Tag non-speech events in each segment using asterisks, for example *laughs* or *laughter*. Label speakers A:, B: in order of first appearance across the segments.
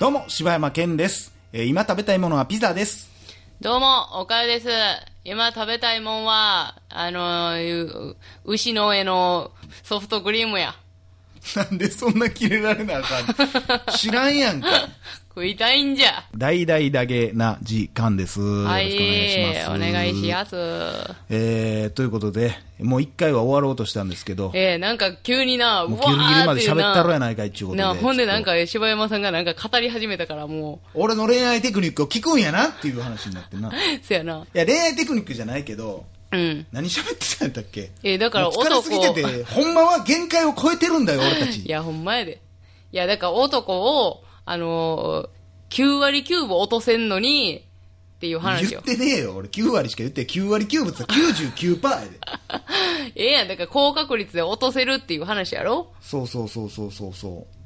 A: どうも、柴山健です。えー今食べたいものはピザです。 *laughs*
B: どうも、おかゆです。今食べたいもんは、あのー、う牛の上のソフトクリームや。
A: なんでそんなキレられなあかん知らんやんか。
B: 食いたいんじゃ。
A: 大々だけな時間です。
B: はい、
A: よろしく
B: お
A: お願
B: 願
A: い
B: い
A: し
B: し
A: ます。
B: ます。
A: えー、ということで、もう一回は終わろうとしたんですけど、
B: えー、なんか急にな、
A: もう
B: わ
A: ギリギリまで
B: ー
A: 喋ったろや
B: な。
A: ないかいっちゅうことで。
B: な、ほんでなん
A: ちょっ
B: か柴山さんがなんか語り始めたからも、
A: と。俺の恋愛テクニックを聞くんやなっていう話になってな。いう
B: *laughs* そやな。
A: や、恋愛テクニックじゃないけど、
B: うん。
A: 何喋ってたんだっけ
B: えーだから
A: もう疲れすぎて
B: 男
A: て、ほんまは限界を超えてるんだよ、俺た
B: い
A: ち。
B: や、ほんまやで。いや、だから男を、あのー、9割9分落とせんのに、っていう *laughs* 話
A: 言
B: よ
A: っ。てねえよ、俺9割しか言って、9割9分って言ったら99%やで。
B: *laughs* ええやん、だから高確率で落とせるっていう話やろ
A: そうそうそうそうそうそう。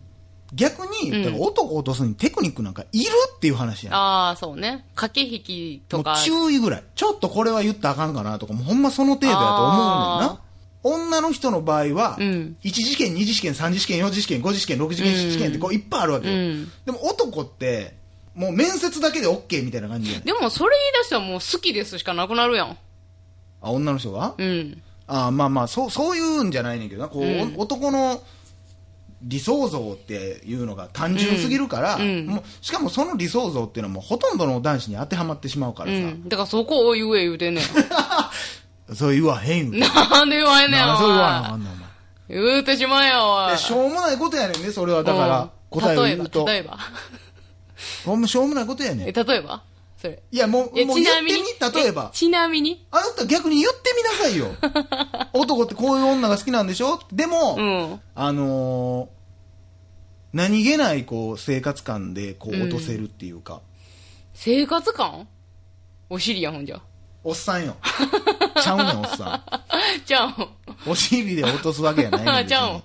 A: 逆に、
B: うん
A: だから男を落とすにテクニックなんかいるっていう話やん。
B: ああ、そうね。駆け引きとか。
A: もう注意ぐらい。ちょっとこれは言ったらあかんかなとか、もうほんまその程度やと思うねんな。女の人の場合は、
B: うん
A: 1次試験、2次試験、3次試験、4次試験、5次試験、6次試験、7次試験ってこういっぱいあるわけよ。
B: うん
A: でも男って、もう面接だけで OK みたいな感じやねん。
B: でもそれ言い出したらもう好きですしかなくなるやん。
A: あ、女の人が、
B: うん。
A: あまあまあそうそういうんじゃないねんけどなこう、
B: うん
A: 男の理想像っていうのが単純すぎるから、
B: うんうん
A: もうしかもその理想像っていうのはもうほとんどの男子に当てはまってしまうか
B: う
A: らさ、
B: ん。だからそこを言え言うてんねん。 *laughs*
A: *laughs* そう言わへんよ
B: なんで言わへんねん、
A: な
B: お
A: そう言わなあか
B: 前。
A: んねんお前
B: 言うてしまえよ、お
A: い
B: い
A: やしょうもないことやねんねそれはだか
B: うん
A: ら答えを
B: 例え
A: 言うと
B: ば、例えば。
A: ほんましょうもないことやねん
B: え、
A: い
B: 例えばそれ。
A: やもうもう
B: え
A: 言ってみ例えば
B: ちなみに
A: あなた逆に言ってみなさ
B: *laughs*
A: いよ男ってこういう女が好きなんでしょでも、
B: うん。
A: あのー何気ないこう生活感でこう落とせるっていうか、
B: 生活感お尻や、ほんじゃ。 *laughs*
A: おっさんよ *laughs* ちゃうねんおっさ
B: じゃあ、
A: んお尻で落とすわけや
B: *laughs*
A: ないねん別に
B: ちゃうん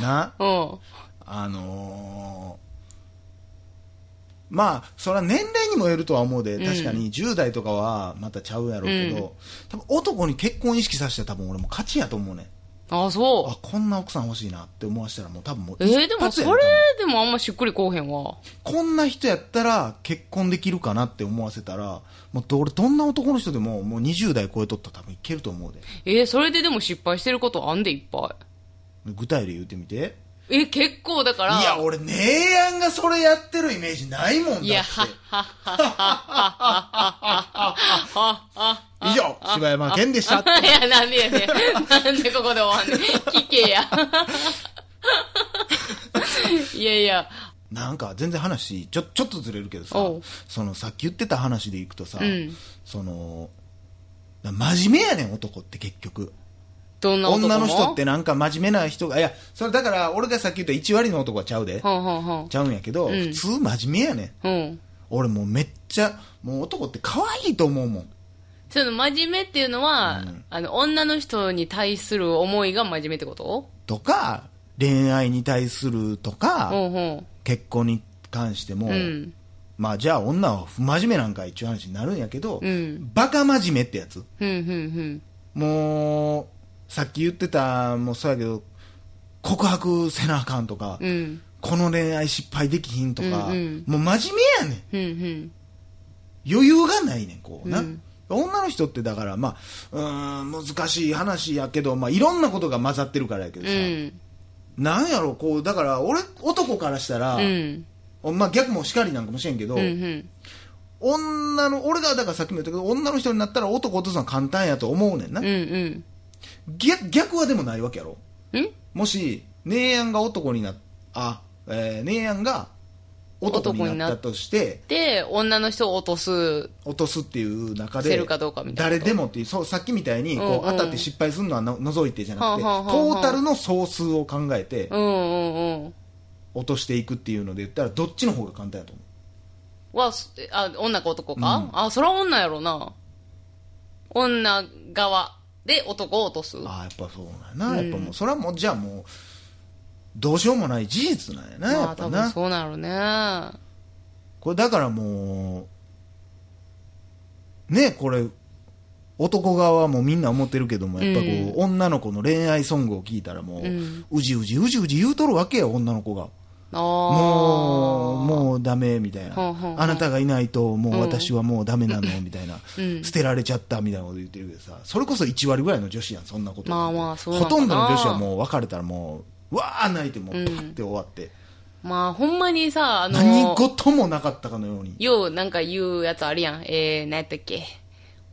A: な
B: うん。
A: あのーまあそれは年齢にもよるとは思うで
B: うん
A: 確かに10代とかはまたちゃうやろうけど、多分男に結婚意識させて多分俺も勝ちやと思うねん
B: ああ、そ
A: あこんな奥さん欲しいなって思わせたらもう多分もう
B: う。えー、で
A: 一
B: も
A: 発や
B: そ
A: ねん
B: れでもあんましっくりこうへんわ。
A: こんな人やったら結婚できるかなって思わせたら、もうど俺どんな男の人でももう20代超えとったら多分いけると思うで。
B: えー、それででも失敗してることあんでいっぱ
A: 具体例言ってみて。
B: い。えー、結構だから。
A: いや、俺、姉やんがそれやってるイメージないもんだって。
B: い
A: 以
B: や、はっはっはっはっはっはっはっはっはっは。
A: 上、柴山健でした。
B: *laughs* いや、なんでやねん。なんでここで終わんねん。聞け
A: *laughs*
B: や。いやいや。
A: なんか全然話、ちょ、ちょっとずれるけどさ
B: おう、
A: そのさっき言ってた話でいくとさ、
B: うん
A: その、真面目やねん、男って結局。
B: どんな男も
A: 女の人って。なんか真面目な人が、いや、それだから俺がさっき言った1割の男はちゃうで。
B: ほんほんほん
A: ち。ゃうんやけど、
B: うん
A: 普通真面目やねん。
B: うん。
A: 俺もうめっちゃ、もう男って可愛いと思うもん。
B: その真面目っていうのは、
A: うん
B: あの、女の人に対する思いが真面目ってこと
A: とか、恋愛に対するとか、
B: ほんほん。
A: 結婚に関しても、
B: うん。
A: まあじゃあ女は不真面目なんか一応話になるんやけど、
B: うん
A: バカ真面目ってやつ。
B: ふんふんふん。
A: もう、さっき言ってた、もうそうやけど、告白せなあかんとか、
B: うん。
A: この恋愛失敗できひんとか、
B: うんうん
A: もう真面目やねん。
B: ふんふん。
A: 余裕がないねんこうな、
B: うん
A: 女の人ってだからまあうーん難しい話やけど、まあ、いろんなことが混ざってるからやけど
B: う
A: さ、
B: ん。
A: なんやろこうだから俺男からしたら、
B: うん。
A: まあ、逆もしかりなんかもしれんけど、
B: うんうん。
A: 女の俺がだからさっきも言ったけど女の人になったら男落とすのは簡単やと思うねんな、
B: うん
A: 逆逆はでもないわけやろ
B: うん。ん
A: もし姉やんが男になっあ、えー、姉やんが男になったとして
B: で、女の人を落とす。
A: 落とすっていう中
B: せ
A: で
B: るかどうかみたいな
A: 誰でもっていうそうさっきみたいにこう
B: うんうん
A: 当たって失敗するのはの除いてじゃなくてト
B: はあはあはあはあ
A: ータルの総数を考えて
B: うんうんうん。
A: 落としていくっていうので言ったらどっちの方が簡単やと思
B: は、すあ、女か男か、
A: うん
B: あ、そら女やろな。女側で男を落とす。
A: うああやっぱそうなんやなやっぱもうそれはもうじゃあもうどうしようもない事実なんやなや
B: まあ
A: っぱ
B: 多分
A: な
B: そうなるね。
A: これだからもうねこれ男側はもうみんな思ってるけども、やっぱこう、女の子の恋愛ソングを聞いたらもう、うじうじうじうじ言うとるわけよ、女の子が。もう、
B: あ
A: もうダメ、みたいな
B: ほうほうほう。
A: あなたがいないと、もう私はもうダメなの、みたいな
B: うん。
A: 捨てられちゃった、みたいなこと言ってるけどさ、それこそ1割ぐらいの女子やん、そんなこと。
B: まあまあそうな
A: ほ
B: のかな
A: とんどの女子はもう別れたらもう、わー泣いてもう、パって終わって。
B: あ。まあ、ほんまにさ、あの、
A: 何事もなかったかのように。
B: ようなんか言うやつあるやん。えー、何やったっけ。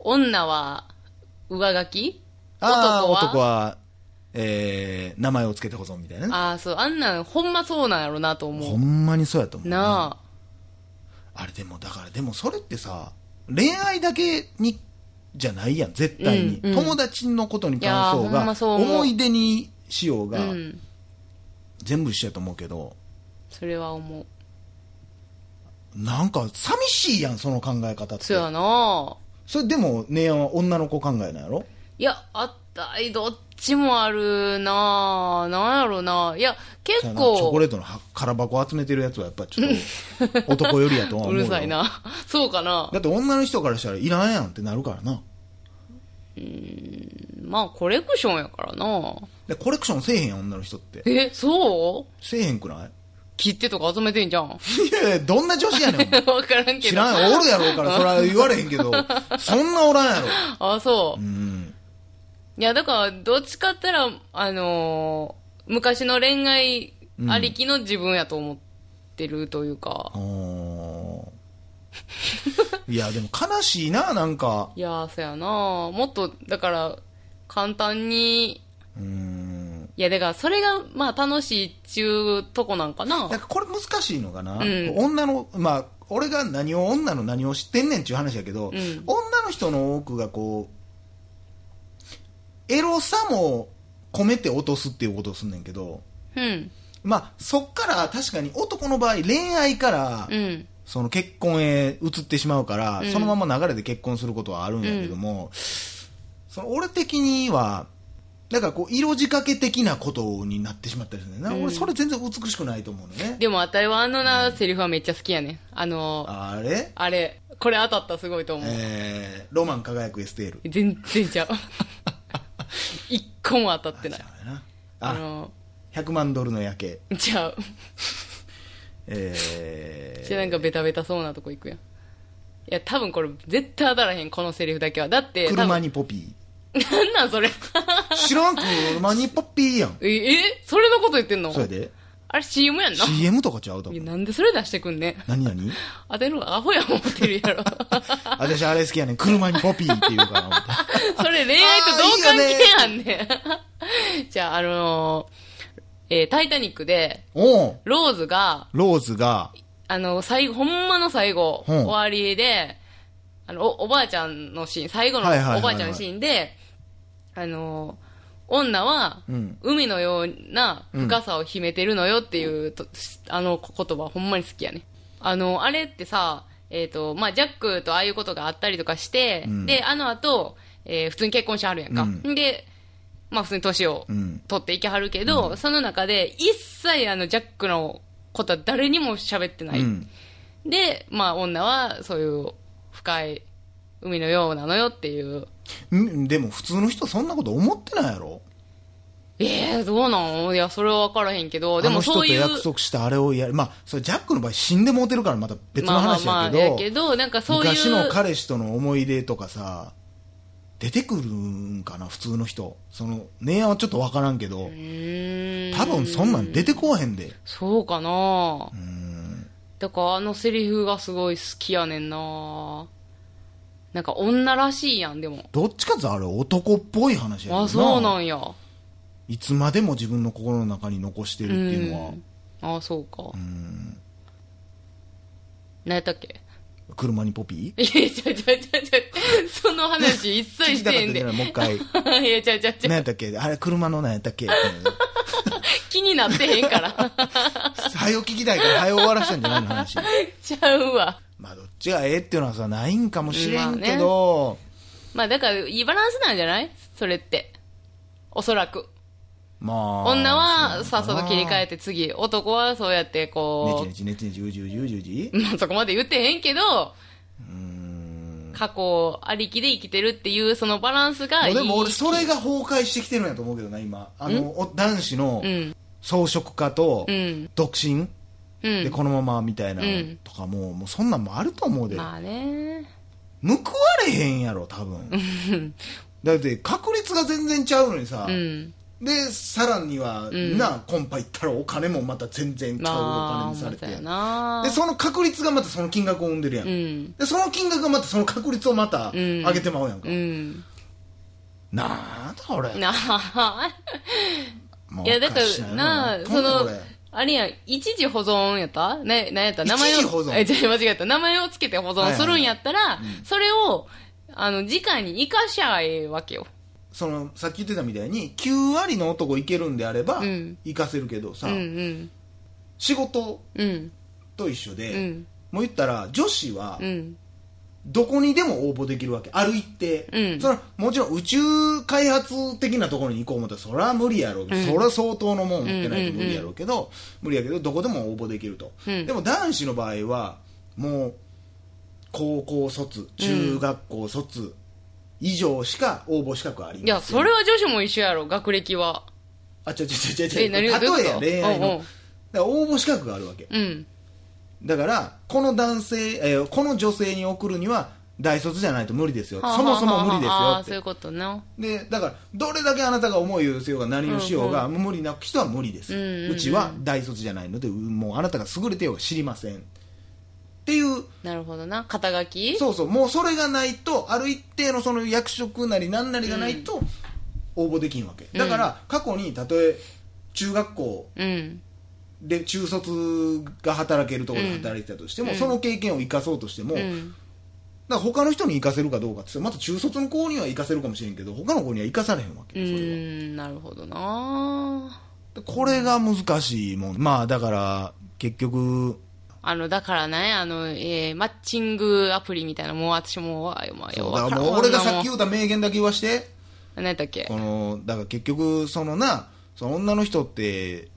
B: 女は上書き
A: ああ
B: 男は
A: 男は、えー、名前をつけて保存みたいなね。
B: ああ、そう、あんなん、ほんまそうなんやろなと
A: ほ
B: 思
A: んまにそうやと思
B: う。
A: う。
B: な
A: あれでも、だから、でもそれってさ、恋愛だけに、じゃないやん、絶対に。
B: うんうん
A: 友達のことに関
B: いや
A: そう
B: ーほん
A: が、
B: まそう思う
A: 思い出にしよう
B: あ。
A: が、
B: うん。
A: 全部一緒やと思うけど、
B: それは思う。
A: なんか、寂しいやん、その考え方って。
B: そうやな
A: それでも、姉やんは女の子考えなんやろ
B: いや、あったい、どっちもあるなぁ。なんやろなぁ。いや、
A: そ
B: 結
A: うやなチョコレ
B: 構、
A: ートのは空箱集めてるやつは、やっぱちょっ
B: *laughs*
A: と、男よりやとは
B: う
A: 思うよ。
B: るさいな。 *laughs* そうかな
A: だって女の人からしたらいらんやんってなるからな。
B: まあ、コレクションやからなぁ。
A: でコレクションせえへんやん、女の人って。
B: え、そう
A: せえへんくない
B: 切手とか集めてんじゃん。 *laughs* わ
A: いやいや、どんな女子やねん。
B: からんけど。
A: 知らんよ、おるやろう
B: *laughs*
A: から、それは言われへんけど、そんなおらんやろ。
B: あ、そう
A: う。ん。
B: いや、だから、どっちかって言ったら、あのー昔の恋愛ありきの自分やと思ってるというか。
A: おーいや、でも悲しいな、なんか。
B: いやー、そやなぁ。もっと、だから、簡単に
A: うーん。
B: いや、だから、それが、まあ、楽しいっちゅうとこなんかな
A: だ。からこれ難しいのかな。
B: ん
A: 女の、まあ、俺が何を、女の何を知ってんねんっていう話やけど、
B: ん
A: 女の人の多くがこう、エロさも込めて落とすっていうことをすんねんけど、
B: うん。
A: まあ、そっから確かに男の場合恋愛から、
B: うん。
A: その結婚へ移ってしまうから、
B: うん
A: そのまま流れで結婚することはあるんやけども、その俺的にはだからこう色仕掛け的なことになってしまったりするんだよな、
B: うん
A: 俺それ全然美しくないと思うのね
B: でも、あたりはあのな、セリフはめっちゃ好きやね。あのー、あ
A: あれ、
B: れ、これ当たったらすごいと思う。
A: えー、ロマン輝くエステール
B: 全
A: *laughs*
B: 然ちゃう。一個も当たってない。
A: あれな
B: あ
A: あ
B: の
A: 100万ドルの夜景
B: ー、ちゃう。
A: え
B: して
A: ー、
B: なんかベタベタそうなとこ行くやん。いや、多分これ、絶対当たらへん、このセリフだけは。だって、多
A: 車
B: 分 *laughs*
A: にポピ
B: なんなんそれ。
A: ー知らん車にポピーやん
B: え、えそれのこと言ってんの
A: それで
B: あれ CM やんな。
A: CM とかちゃうと
B: い
A: 思
B: や
A: う
B: なんでそれ出してくんねん。
A: 何何
B: 当てるのアホや思ってるやろ。
A: 私あれ好きやねん車にポピーって言うから思って
B: *laughs* それ恋愛とどう関係あんねん。 *laughs* じゃあ、あのーえータイタニックで、 *laughs*
A: おう
B: ローズが、
A: ローズが、
B: あの、最後、ほんまの最後、
A: うん
B: 終わりで、あのお、おばあちゃんのシーン、最後の
A: はいはいはいはい
B: おばあちゃんのシーンで、あのー女は、
A: うん
B: 海のような深さを秘めてるのよっていうと、あの言葉ほんまに好きやね。あの、あれってさ、えっ、と、まあ、ジャックとああいうことがあったりとかして、
A: うん
B: で、あの後、えー普通に結婚しはるやんか。、
A: うん
B: で、まあ、普通に年を
A: うん
B: 取っていきはるけど、その中で一切あの、ジャックのことは誰にも喋ってない。
A: うん、
B: で、まあ、女はそういう深い海のようなのよっていう。
A: んでも普通の人そんなこと思ってないやろ
B: ええー、どうなんいや、それは分からへんけど、で
A: あの
B: も
A: 人
B: そ
A: と
B: ういう。
A: 約束したあれをやるまあそれジャックの場合死んでもうてるからまた別の話
B: ま
A: や
B: あまあ
A: け
B: まあ
A: ど,、
B: やけど、なんかそういう。
A: 昔の彼氏との思い出とかさ出てくるんかな普通の人その恋愛はちょっと分からんけど
B: うーん
A: 多分そんなん出てこうへんで
B: そうかな
A: うん
B: だからあのセリフがすごい好きやねんななんか女らしいやん、でも。
A: どっちかっていうとあれ男っぽい話やけどな
B: あ、そうなんや。
A: いつまでも自分の心の中に残してるっていうのは
B: うんあ、そうか。
A: うん
B: 何やったっけ *laughs*
A: 車にポピ
B: いや、ちゃちゃちゃちゃ、そ
A: *laughs*
B: の話一
A: ー
B: 切してへんで。い
A: 聞きたかったじゃないもう一回
B: *laughs* や、ちゃちゃち
A: *laughs* 何
B: ゃ、
A: やったっけあれ車の何やったっけ *laughs*
B: 気になってへんから。 *laughs*
A: 早よ聞きたいから早よ終わらしたんじゃないの話
B: ちゃうわ。
A: *laughs* まあどっちがええっていうのはさないんかもしれんけど、
B: まあだから、いいバランスなんじゃないそれって。おそらく。
A: まあ
B: 女はさっさと切り替
A: え
B: えて次、男はそうやってこ
A: ねちねちねちねちうじうじうじうじ
B: う、まあそこまで言ってへんけど、考過去ありきで生きてるっていうそのバランスがいい
A: でも俺それが崩壊してきてるんやと思うけどな今あのお男子の
B: うん
A: 装飾家と
B: うん
A: 独身
B: う
A: で
B: ん
A: このままみたいな
B: うん
A: とかもうもうそんなんもあると思うで報わ
B: まあね
A: れへんやろ多分だって確率が全然ちゃうのにさ
B: うん
A: でさらには
B: ん
A: なコンパ行ったらお金もまた全然ちゃうお
B: ま
A: 金
B: あ
A: にされて
B: そうやな
A: でその確率がまたその金額を生んでるやん
B: うん
A: でその金額がまたその確率をまた
B: うん
A: 上げてまうやんか
B: うん
A: なんだ俺
B: なあ
A: もう
B: いやだ
A: お
B: か
A: し
B: らなあ
A: うん
B: そ
A: なんだ
B: の
A: これ
B: あれやん一時保存やったななんやった名前を
A: 一時保存
B: えじゃあ間違えた名前をつけて保存するんやったら、それをあの次回に生かしゃええわけよ
A: そのさっき言ってたみたいに9割の男いけるんであれば
B: うん
A: 行かせるけど
B: う
A: さ、
B: んうん
A: 仕事
B: うん
A: と一緒
B: う
A: で、
B: ん
A: もう言ったら女子は
B: うん
A: どこにでも応募できるわけ歩いて、
B: うん
A: それはもちろん宇宙開発的なところに行こう思ったらそれは無理やろう、それは相当のもん持ってないと無理やろうけど、無理やけどどこでも応募できると、
B: うん
A: でも男子の場合はもう高校卒中学校卒以上しか応募資格ありません
B: いやそれは女子も一緒やろ学歴は
A: あ、ちょちょちょちょ、
B: え何がどう
A: 例え
B: いう
A: や
B: こと
A: 恋愛
B: うんうん
A: の。だから応募資格があるわけ。
B: うん
A: だから、この男性、えーこの女性に送るには、大卒じゃないと無理ですよ。そもそも無理です
B: はあはあはああ
A: よ
B: あそういう
A: っ
B: ことな
A: て。で、だから、どれだけあなたが思いを寄せようが何をしようが、無理な人は無理です。
B: うんうんうん
A: うちは大卒じゃないので、うもうあなたが優れてようが知りません。っていう、
B: なるほどな肩書き
A: そうそう、もうそれがないと、ある一定のその役職なり何なりがないと、応募できんわけ。だから、過去に、たとえ、中学校、
B: うん
A: で中卒が働けるところで働いてたとしても、
B: うん
A: その経験を生かそうとしても、
B: う
A: だか
B: ん
A: ら他の人に生かせるかどうかって言ったらまた中卒の子には生かせるかもしれんけど他の子には生かされへんわ
B: う
A: けそれは
B: んなるほどな
A: でこれが難しいもんまあだから結局
B: あの、だからね、あの、えーマッチングアプリみたいな、もう私もう、あまあ、
A: そう
B: よ
A: だ
B: わ
A: から
B: ん
A: もう俺がさっき言
B: も
A: った名言だけ言わして
B: う何やったっけ
A: このだから結局そのなその女の人って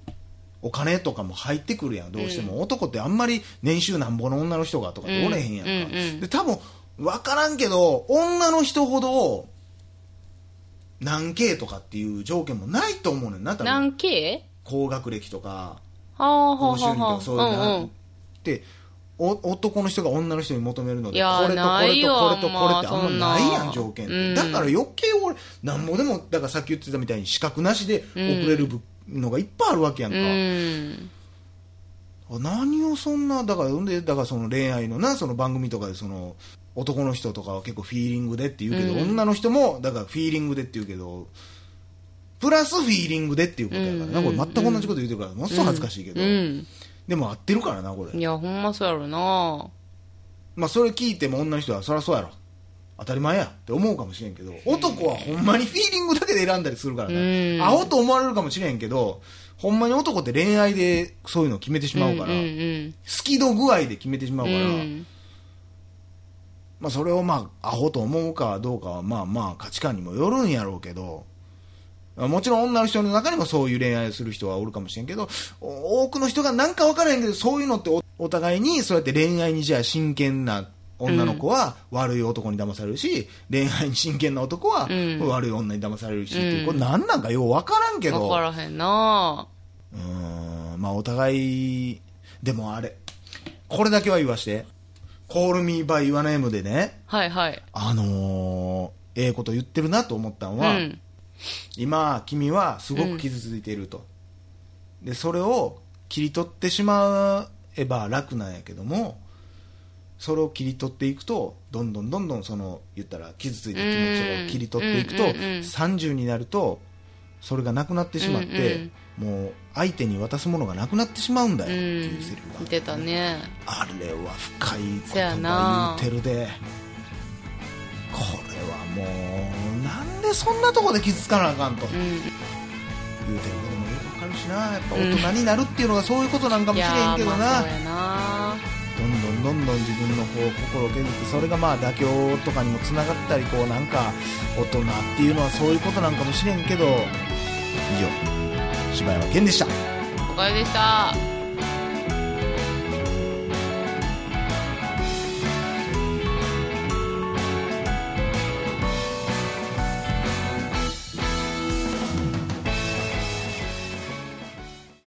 A: お金とかも入ってくるやんどうしても、男ってあんまり年収なんぼの女の人がとかっておれへんやんか、
B: うんうんうん
A: で多分分からんけど女の人ほど何 K とかっていう条件もないと思うねんな多分
B: 何系
A: 高学歴とか
B: はあ、はあ、
A: 高収入と
B: はあ
A: かそういう
B: はあ。
A: のってお男の人が女の人に求めるの
B: い
A: で
B: や
A: これとこ
B: ない
A: れ
B: よ
A: とこれとこれって
B: あ
A: あ
B: ん
A: ん
B: ま
A: まないや
B: そんなん
A: 条件って、
B: うん
A: だから余計俺なんぼでもだからさっき言ってたみたいに資格なしで送れるぶのがいっぱいあるわけやんか、
B: うんうん。
A: 何をそんなだからほんでだからその恋愛のなその番組とかでその男の人とかは結構フィーリングでって言うけど、
B: うん
A: 女の人もだからフィーリングでって言うけどプラスフィーリングでっていうことやからな、
B: うん
A: これ全く同じこと言うてるからものすごい恥ずかしいけど、
B: うん。
A: でも合ってるからなこれ
B: いや、ほんまそうやろな
A: まあそれ聞いても女の人はそりゃそうやろ当たり前やって思うかもしれんけど男はほんまにフィーリングだけで選んだりするから
B: う
A: ね
B: ん
A: 青と思われるかもしれんけどほんまに男って恋愛でそういうのを決めてしまうから、
B: うんうん
A: 好き度具合で決めてしまう
B: うん。
A: から、
B: うん。
A: まあそれをまあアホと思うかどうかはまあまあ価値観にもよるんやろうけどもちろん女の人の中にもそういう恋愛をする人はおるかもしれんけどお多くの人がなんか分からへんけどそういうのっておお互いにそうやって恋愛にじゃあ真剣な女の子は悪い男に騙されるし、恋愛に真剣な男は
B: うん
A: 悪い女に騙されるし、
B: う
A: っ
B: ん
A: ていうこれ何なんかよう分からんけど
B: わからへんな
A: うーんまあお互いでもあれこれだけは言わして「Call me by your name」でね
B: はいはい。
A: あのーええこと言ってるなと思ったん
B: う
A: は、
B: ん。
A: 今君はすごく傷ついていると、でそれを切り取ってしまえば楽なんやけどもそれを切り取っていくとどんどんどんどんその言ったら傷ついた気持ちを切り取っていくと、
B: うんうんうんうん
A: 30になるとそれがなくなってしまって、もう相手に渡すものがなくなってしまうんだよ
B: う
A: って
B: ん
A: いうセリフが。あ
B: 見てたね。
A: あれは深い
B: そ
A: 言
B: やな
A: 葉言うてるでこれはもうなんでそんなとこで傷つかなあかんと
B: う。
A: 言うんてることもよくわかるしなやっぱ大人になるっていうのがそういうことなんかも
B: い
A: しれ
B: や
A: んけど
B: まあ
A: な
B: そうやな
A: どんどんどんどん自分のこう心を削ってそれがまあ妥協とかにもつながったりこうなんか大人っていうのはそういうことなんかもしれんけど以上柴山健でした
B: おかえりでした。